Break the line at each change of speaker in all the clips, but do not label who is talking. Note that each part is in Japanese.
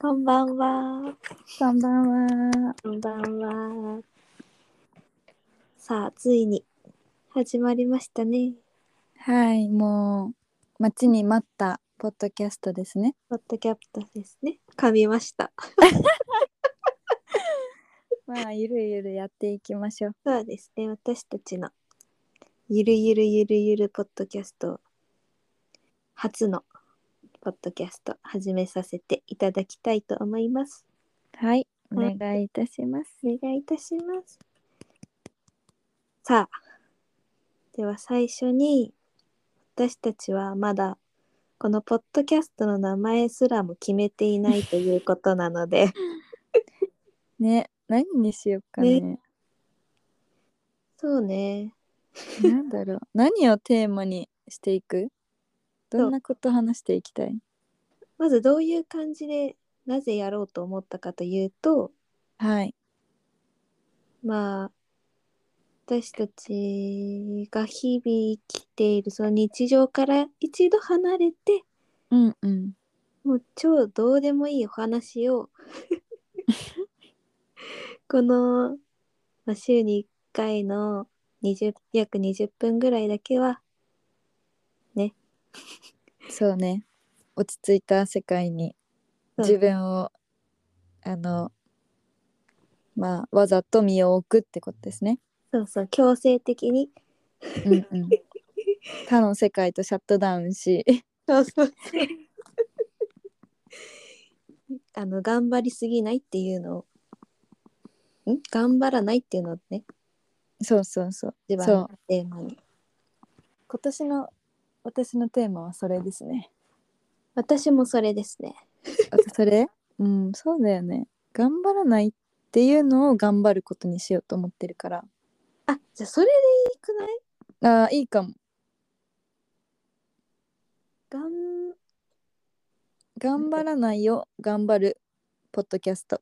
こんばんは。
こんばんは。
こんばんは。さあ、ついに始まりましたね。
はい、もう待ちに待ったポッドキャストですね。
ポッドキャプトですね。噛みました。
まあゆるゆるやっていきましょう。
そうですね。私たちのゆるゆるゆるゆるポッドキャスト初のポッドキャスト始めさせていただきたいと思います。
はい、お
はい
願いいたします。
お願いいたします。さあ、では最初に、私たちはまだ、このポッドキャストの名前すらも決めていないということなので、
ね、何にしようかね。
そうね、
なんだろう。何をテーマにしていく？どんなこと話していきたい？
まずどういう感じで、なぜやろうと思ったかというと、
はい。
まあ、私たちが日々生きているその日常から一度離れて、
うんうん。
もう超どうでもいいお話 をこの、まあ、週に1回の20約20分ぐらいだけは
そうね。落ち着いた世界に
そう
自分を、あのまあわざと身を置くってことですね。
そうそう強制的に
うんうん、他の世界とシャットダウンし
そうそう あの頑張りすぎないっていうのをん頑張らないっていうのをね
そうそうそう
一番
そう
のテーマに
今年の私のテーマはそれですね
私もそれですね
あとそれうんそうだよね頑張らないっていうのを頑張ることにしようと思ってるから
あじゃあそれでいいくない
あーいいかも
がん
頑張らないよ頑張るポッドキャスト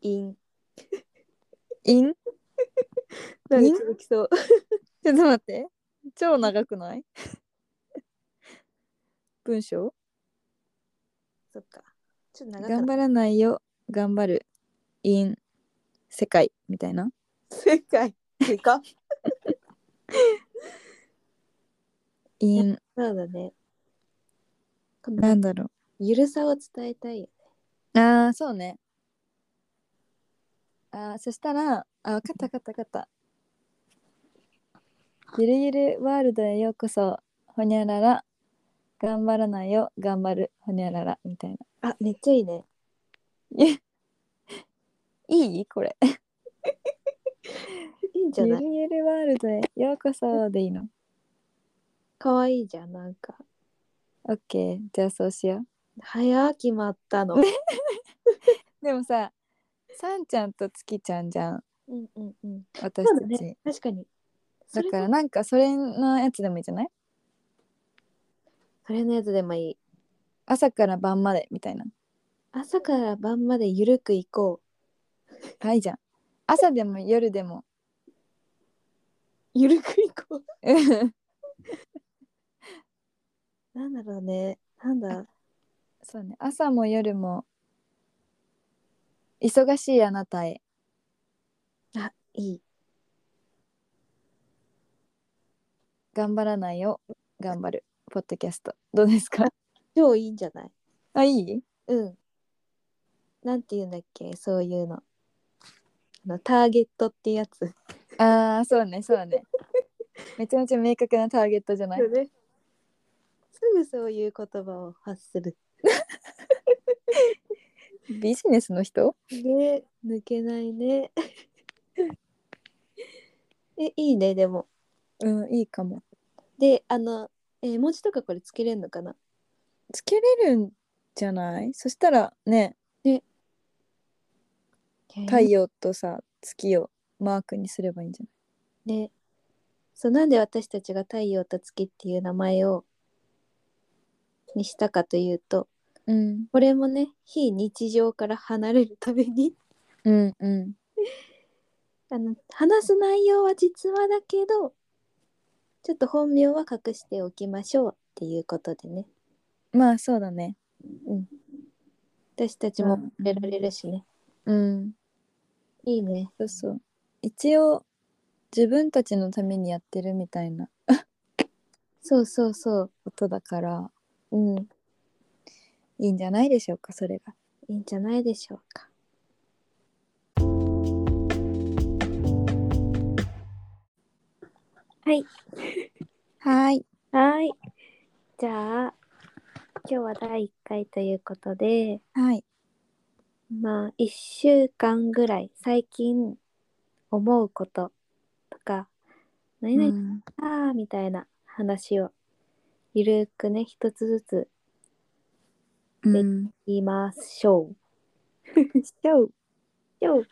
イン
イン
なん
イ
か
ン
続きそう
ちょっと待って超長くない文章
そっか。ちょっと長かっ
頑
た。
張らないよ頑張るイン世界みたいな
世界。でか。
イン
そうだね。この
なんだろ
ゆるさを伝えたいよね。
う。ああ、そうね。ああ、そしたら、あ、わかったわかったわかった。ゆるゆるワールドへようこそ、ほにゃらら。頑張らないよ、頑張る、ほにゃらら、みたいな。
あ、めっちゃいいね。
いや いいこれ。
いいんじ
ゆ
ゃ
る
ない
ゆるワールドへようこそでいいの。
かわいいじゃん、なんか。
オッケー、じゃあそうしよう。
早決まったの。
でもさ、さんちゃんとつきちゃんじゃん、
うんうんうん。
私
そう
た
だ
ち。
ね。確かに。そ
だ
れ
から
の
なんかそれのやつでもいいじゃない
それのやつでもいい。
朝から晩までみたいな。
朝から晩までゆるく行こ
はいじゃん。朝でも夜でも。
う。ゆるく行こ
うん
う。なんだろうね。なんだ。
そうね。朝も夜も。忙しいあなたへ。
あ、いい。
頑張らないよ。頑張る。ポッドキャスト。どうで すか
超いいんじゃない
あ、いい
うん。なんて言うんだっけ、そういうの。あのターゲットってやつ。
ああ、そうね、そうね。めちゃめちゃ明確なターゲットじゃない
ね。すぐそういう言葉を発する。
ビジネスの人
ね、抜けないね。 え、いいね、でも。
うん、いいかも。
で、あの、えー文字とかこれつけれるのかな
つけれるんじゃないそしたらね、太陽とさ、月をマークにすればいいんじゃない
ね。そう、なんで私たちが太陽と月っていう名前を、にしたかというと、
うん。
これもね、非日常から離れるために、
うんうん。
あの話す内容は実話だけどちょっと本名は隠しておきましょうっていうことでね、
まあそうだね。
うん、私たちも出られるしね、
うん
いいね
そうそう一応自分たちのためにやってるみたいな
そうそうそ
ことだから
ううん
いいんじゃないでしょうかそれが
いいんじゃないでしょうかはい
はい
はいじゃあ今日は第1回ということで
はい
まあ1週間ぐらい最近思うこととか何々
ん
あーみたいな話をゆるくね一つずつ
うん、
言いましょう。よ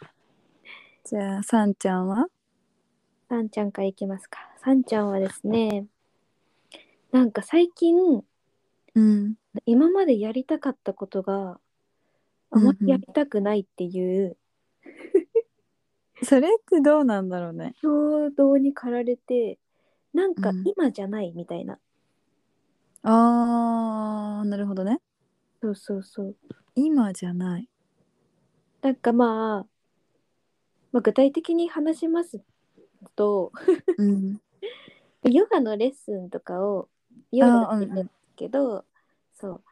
じゃあさんちゃんは
さんちゃんからいきますか。さんちゃんはですねなんか最近
うん
今までやりたかったことがあま
うんうん
りやりたくないっていう
それってどうなんだろうね
衝動に駆られてなんか
うん
今じゃないみたいな、
あーなるほどね
そうそうそう
今じゃない
なんかまあ、まあ、具体的に話しますと
うん
ヨガのレッスンとかをヨガ
あ
だ
ー
け
うんうん
けど、そう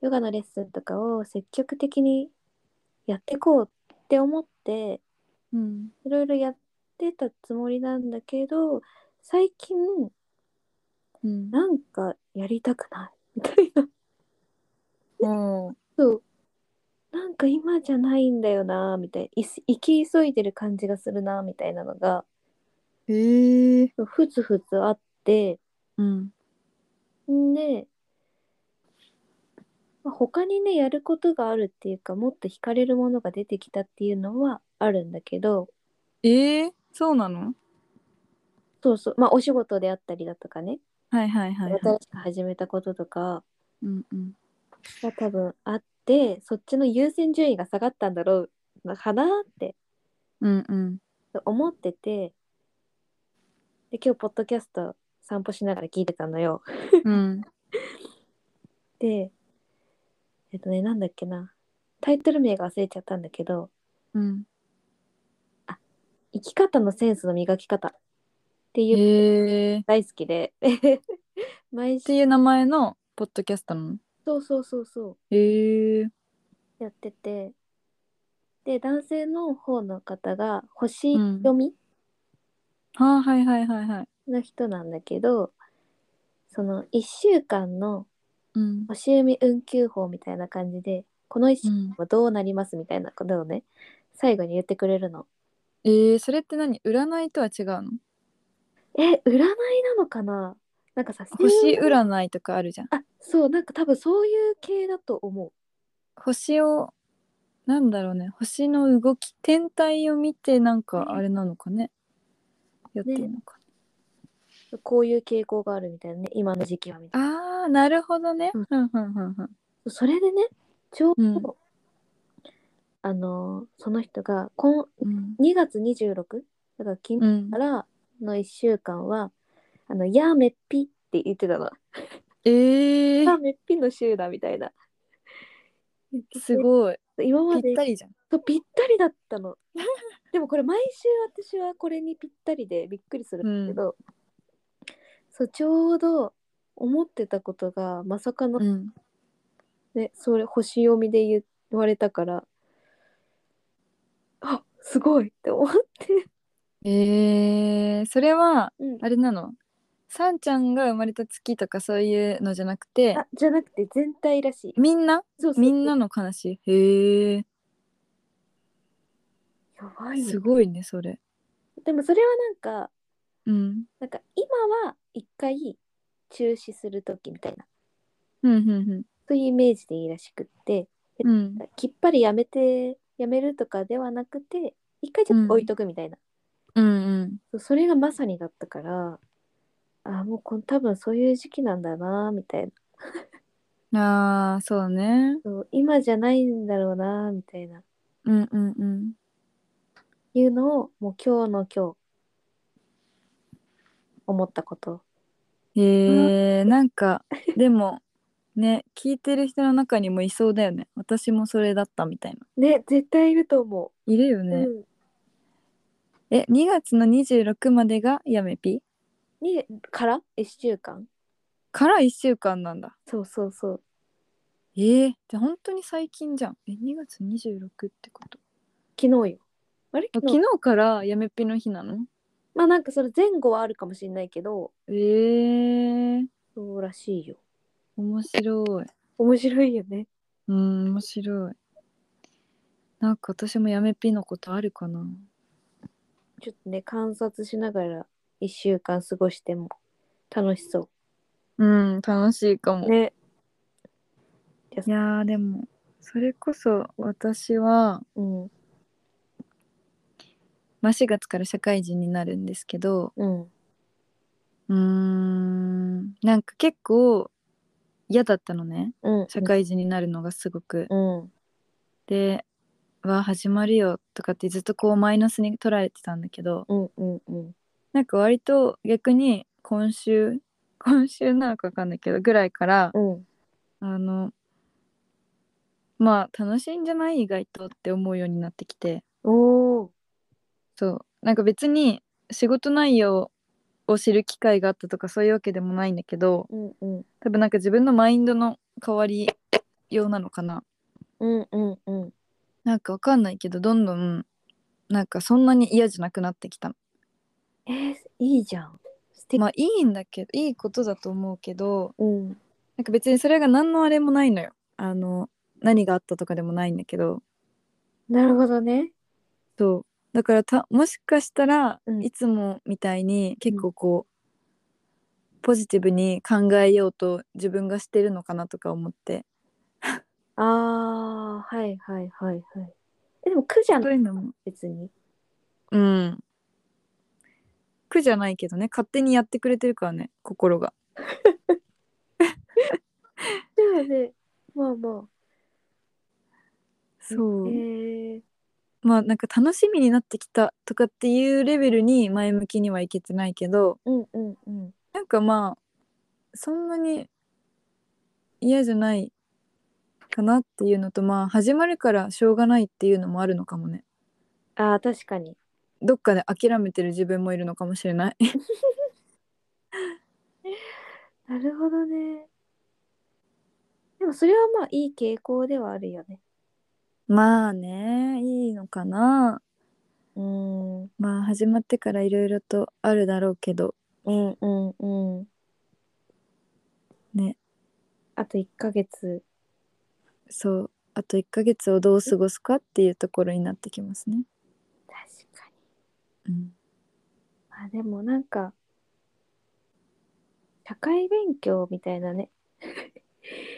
ヨガのレッスンとかを積極的にやってこうって思って
うん
いろいろやってたつもりなんだけど最近
うん
なんかやりたくないみたいな
おー
そうなんか今じゃないんだよなみたいない生き急いでる感じがするなみたいなのが
へえ
ふつふつあって
うん
んで、まあ、他にねやることがあるっていうかもっと惹かれるものが出てきたっていうのはあるんだけど
えー、そうなの
そうそうまあお仕事であったりだとかね、
はいはいはい、はい
新しく始めたこととか
うんうん、
が多分あってそっちの優先順位が下がったんだろうかなって
うんうん
思っててで今日ポッドキャスト散歩しながら聞いてたのよ。
うん
でえっとねなんだっけなタイトル名が忘れちゃったんだけど
うん
「生き方のセンスの磨き方」っていう
へえっ
大好きで 毎週
ていう名前のポッドキャストなの
そうそうそうそう
へえ
やっててで男性の方の方が星読み
あーはいはいはいはい
の人なんだけど、その1週間の
うん
星読み運休法みたいな感じでこの1週
う
間
ん
はどうなりますみたいなことをね最後に言ってくれるの。
えー、それって何占いとは違うの
え占いなのかななんかさ
星占いとかあるじゃん
あそうなんか多分そういう系だと思う
星をなんだろうね星の動き天体を見てなんかあれなのかねやってるのか、
こういう傾向があるみたいなね今の時期はみたい
ああなるほどね
うん
うんうんうんうん
なそれでねちょうど、
うん
あのーその人が今
うん
2月26だから昨
う
日
ん
からの1週間は「あのやーめっぴ」って言ってたの「
え
やー
ー、
めっぴの週だ」みたいな
すごい
今ま
ぴ
で
ったりじゃん
そうぴったりだったの でもこれ毎週私はこれにぴったりでびっくりするんだけど、そうちょうど思ってたことがまさかの、
うん
ねそれ星読みで言われたからあすごいって思って、
えー、それは
うん
あれなのさんちゃんが生まれた月とかそういうのじゃなくて
あじゃなくて全体らしい
みんな
そうそう
みんなの悲しいへえ
やばいね
すごいねそれ
でもそれはなんか
うん
なんか今は一回中止する時みたいな
うんうん
そういうイメージでいいらしくって
うんうん
きっぱりやめてやめるとかではなくて一回ちょっと置いとくみたいな、
うんうん
そうそれがまさにだったからあもうこん多分そういう時期なんだなみたいな
ああそうね
そう今じゃないんだろうなみたいな
うんうんうん
いうのをもう今日の今日思ったこと
へえなんかでもね聞いてる人の中にもいそうだよね私もそれだったみたいな
ね絶対いると思
いるよ
う、
ね、
うん
え2月の26までがやめぴ
にから1週間
から1週間なんだ
そうそうそう
えー、じゃあ本当に最近じゃんえ2月26ってこと
昨日よあれ
あ
昨日
昨日からやめぴの日なの
まあなんかその前後はあるかもしれないけど
えー、
そうらしいよ
面白い
面白いよね
うん面白いなんか私もやめぴのことあるかな
ちょっとね観察しながら1週間過ごしても楽しそ
うん楽しいかも
うね
いやーでもそれこそ私は、
うん
まあ、4月から社会人になるんですけど
うん
うーんなんか結構嫌だったのね
うん
社会人になるのがすごく。
うん
で「わあ始まるよ」とかってずっとこうマイナスに捉えてたんだけど
うんうんうん
なんか割と逆に今週 今週なのか分かんないけどぐらいから
うん
あのまあ楽しいんじゃない意外とって思うようになってきて。
おお
そうなんか別に仕事内容を知る機会があったとかそういうわけでもないんだけど
うんうん
多分なんか自分のマインドの変わりようなのかな
うんうんうん
なんかわかんないけどどんどんなんかそんなに嫌じゃなくなってきたの
えー、いいじゃん素敵、
まあいいんだけどいいことだと思うけど
うん
なんか別にそれが何のあれもないのよあの何があったとかでもないんだけど
なるほどね
そうだからたもしかしたら、
うん
いつもみたいに結構こう、ポジティブに考えようと自分がしてるのかなとか思って
あーはいはいはいはいえでも苦じゃ
そ
な
う
い
いうのも
別に
うん苦じゃないけどね勝手にやってくれてるからね心が
じゃあねまあまあ
そう、
えー、
まあなんか楽しみになってきたとかっていうレベルに前向きにはいけてないけど
うんうんうん
なんかまあそんなに嫌じゃないかなっていうのとまあ始まるからしょうがないっていうのもあるのかもね
あー確かに
どっかで諦めてる自分もいるのかもしれない
なるほどねでもそれはまあいい傾向ではあるよね
まあねいいのかな
うーんうん
まあ始まってからいろいろとあるだろうけど
うんうん
ね
あと1ヶ月
そうあと1ヶ月をどう過ごすかっていうところになってきますね。
確かに
うん、
まあでもなんか社会勉強みたいなね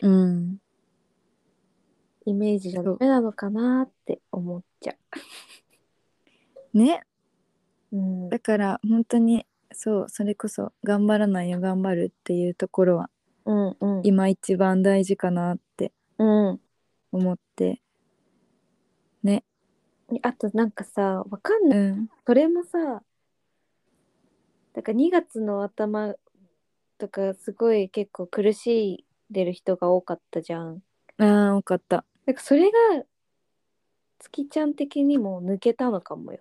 うん、
イメージじゃダメなのかなって思っちゃ
ね
ううん
だから本当にそうそれこそ頑張らないよ頑張るっていうところは
うんうん
今一番大事かなって
うん
思って
あとなんかさわかんない
うん
それもさだから2月の頭とかすごい結構苦しんでる人が多かったじゃん。
あー多かった
なんかそれが月ちゃん的にも抜けたのかもよ。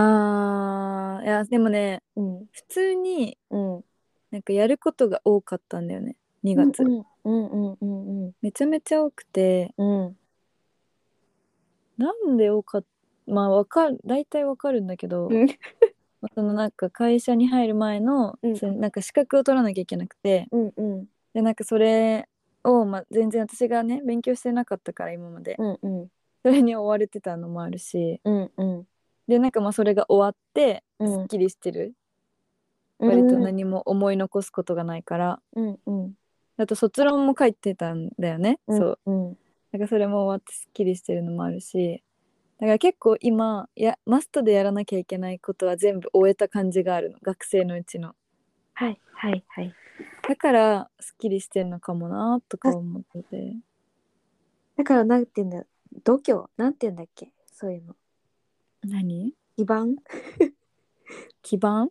あーいやでもね
うん
普通に
うん
なんかやることが多かったんだよね2
2
月、
うんうんうんうん
めちゃめちゃ多くて
うんうん
なんで多かったまあわかる大体わかるんだけど、
うん
そのなんか会社に入る前の、
うん
そのなんか資格を取らなきゃいけなくて
うんうん
でなんかそれを、まあ、全然私がね勉強してなかったから今まで
うんうん
それに追われてたのもあるし
うんうん
でなんかまあそれが終わって
う
す
ん
っきりしてる、
割
割
と
と
何
何も思い残すことがないから
うんうん
あと卒論も書いてたんだよね、
うん
そう
うん
なんかそれも終わってすっきりしてるのもあるしだから結構今やマストでやらなきゃいけないことは全部終えた感じがあるの学生のうちの
はいはいはい。
だからすっきりしてんのかもなとか思って
だからなんて言うんだ度胸なんて言うんだっけそういうの
何
基盤
基盤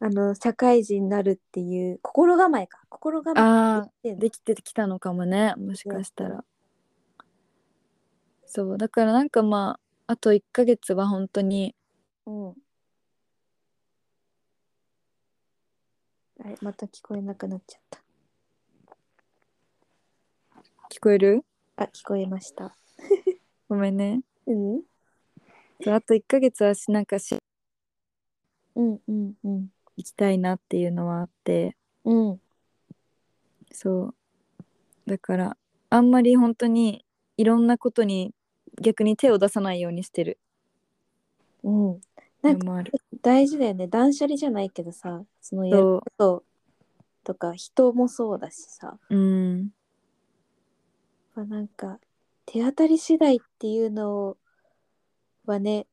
あの社会人になるっていう心構えか心構え
あ
って言ってんの
できてきたのかもねもしかしたら、そうだからなんかまああと1ヶ月は本当に
うん。あれ、また聞こえなくなっちゃっ
聞こえる
た。あ、聞こえました。
ごめんね
うん
そうあと1ヶ月はしなんかし
うんうんうん。
行きたいなっていうのはあって
うん
そうだからあんまり本当にいろんなことに逆に手を出さないようにしてる
うん。な
の
んか
もある
大事だよね。断捨離じゃないけどさ、そのやる
そ
こととか人もそうだしさ、
ううん
まあ、なんか手当たり次第っていうのはね、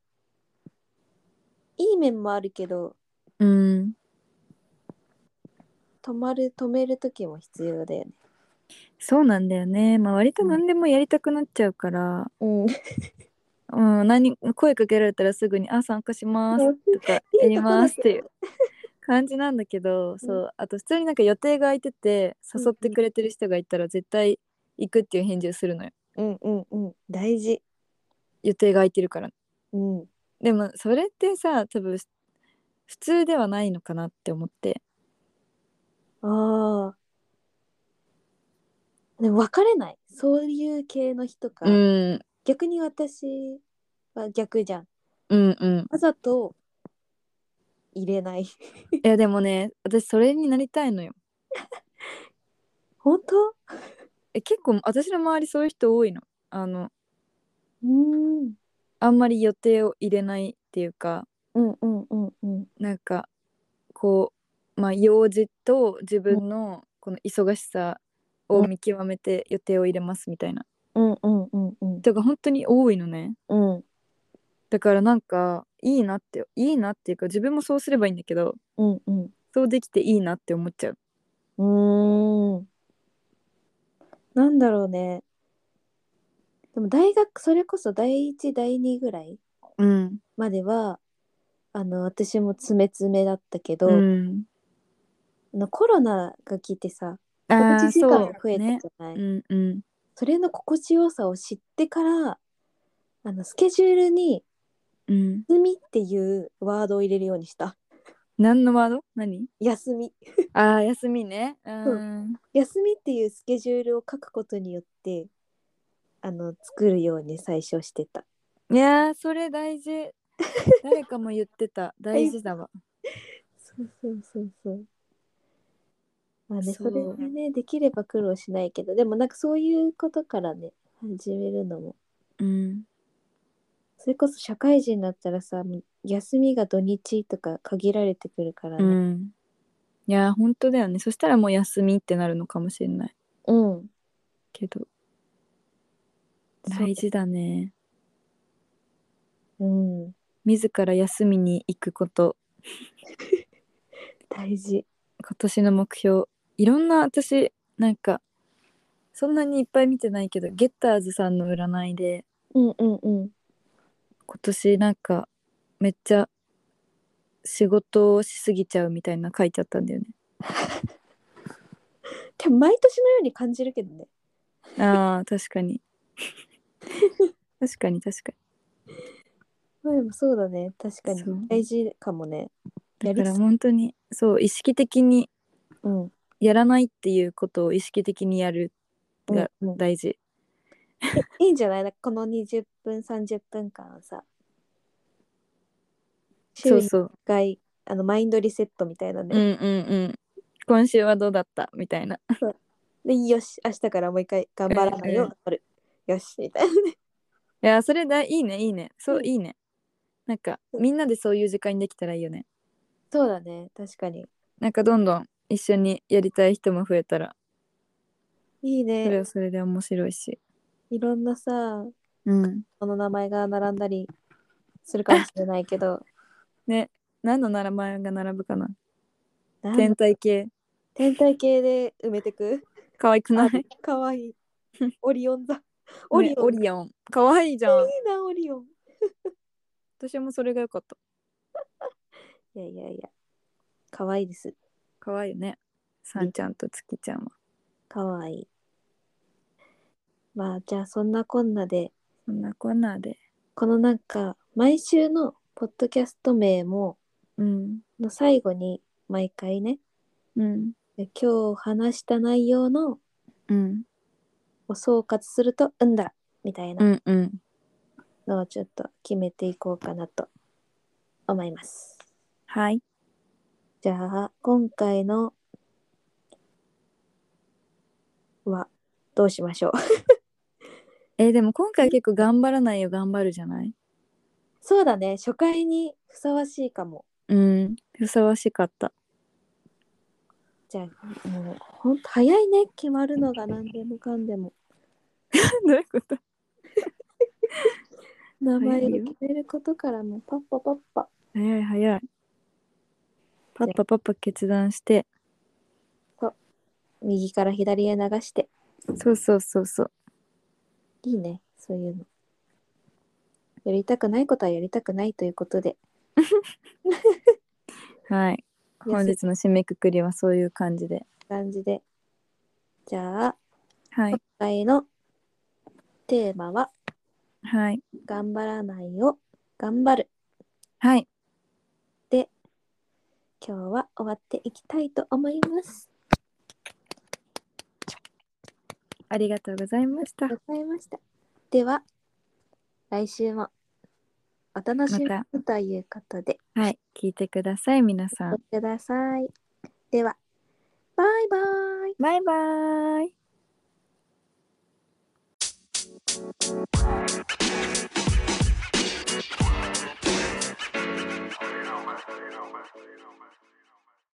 いい面もあるけど、
うん
止まる、止める時も必要だよね。
そうなんだよねまあ割と何でもやりたくなっちゃうから、
うん。
うん、何声かけられたらすぐに「あ参加します」とか「やります」っていう感じなんだけど、そうあと普通になんか予定が空いてて誘ってくれてる人がいたら絶対行くっていう返事をするのよ
うんうんうん。大事。
予定が空いてるから
うん。
でもそれってさ多分普通ではないのかなって思って
ああ。でも別れない。そういう系の人か。
うん
逆に私は逆じゃん。
うんうん
わざと入れない。
いやでもね私それになりたいのよ
本当う
え結構私の周りそういう人多いのあの
ーん。
あんまり予定を入れないっていうか
うんうんうんうん。
なんかこうまあ用事と自分のこの忙しさを見極めて予定を入れますみたいな
うんうんうんうん。
人が本当に多いのね
うん
だからなんかいいなっていいなっていうか自分もそうすればいいんだけど
うんうん。
そうできていいなって思っちゃう
うーん。なんだろうね。でも大学、それこそ第一、第二ぐらい
うん
までは、あの、私も詰め詰めだったけど、
うん
あのコロナが来てさ
あ
おうち時
ー
間
そ
が増えたじ
う
ゃ
ね
ないそ,、
うんうん
れの心地よさを知ってからあのスケジュールに
うん
「休み」っていうワードを入れるようにした
何のワード何
休み
あー休みねうん
休みっていうスケジュールを書くことによってあの作るように最初してた
いやーそれ大 事誰かも言ってた大事だわ
そうそうそうそうまあね
そ
そうれがねできれば苦労しないけどでもなんかそういうことからね始めるのも
うん
それこそ社会人になったらさもう休みが土日とか限られてくるから
う
ね
ん。いやー本当だよねそしたらもう休みってなるのかもしれない
うん、
けど
そう
大事だね
うん、
自ら休みに行くこと
大事
今年の目標いろんな私なんかそんなにいっぱい見てないけどゲッターズさんの占いで
うんうんうん
今年なんかめっちゃ仕事をしすぎちゃうみたいな書いちゃったんだよね
でも毎年のように感じるけどね
あー確か に確かに確か
まあでもそうだね確かに
そう
大事かもねや
に
り
だ
す
から本当にそう意識的に
うんうん
やらないっていうことを意識的にやるが
うん
大事、
いいんじゃないなんかこの20分30分間はさ週
そ
に
う
1
そう
回あのマインドリセットみたいな
うん
ね、
うんうん今週はどうだったみたいな
でよし明日からもう一回頑張らないよ、
うん
うるよしみたいない
やそれだいいねいいねそう、
うん
いいねなんか
うん
みんなでそういう時間にできたらいいよね
そうだね確かに
なんかどんどん一緒にやりたい人も増えたら
いいね
それはそれで面白いし
いろんなさ、
うん
この名前が並んだりするかもしれないけ ど、
ね何の名前が並ぶかな
なん
天体系
天体系で埋めて く。
可愛くない、ね、
かわいい。オリオ ン座。オリオン。
オリオン可愛いじゃん
いいな、オリオン。
私もそれが良かった
いやいやいや。可愛いです。
可愛いよねさんちゃんとつきちゃんは
可愛い。まあじゃあそんなこんなで
そんなこんなで
このなんか毎週のポッドキャスト名も
うん
の最後に毎回ね
うん
今日話した内容の
うん
を総括すると「うんだ」みたいな
うんうん
のをちょっと決めていこうかなと思います。
はい
じゃあ今回のはどうしましょう
えーでも今回結構頑張らないよ頑張るじゃない
そうだね初回にふさわしいかも。
うんふさわしかった
じゃあもうほんと早いね決まるのが何でもかんでも
どういうこと
名前
早
を
いよ
決めることからもうパッパパッパ
早い早いパッパパッパ決断して
右から左へ流して
そうそうそうそう
いいねそういうのやりたくないことはやりたくないということで
はい本
安い
日の締めくくりはそういう感じで
感じでじゃあ
はい
今回のテーマは
はい
「頑張らないを頑張る
はい」
今日は終わっていきたいと思います
ありがとうございました
ありがとうございましたでは来週もお楽し
ま
みということで、
はい聞いてください皆さ
お
ん
待ちくださいではバイバイ
バイバーイ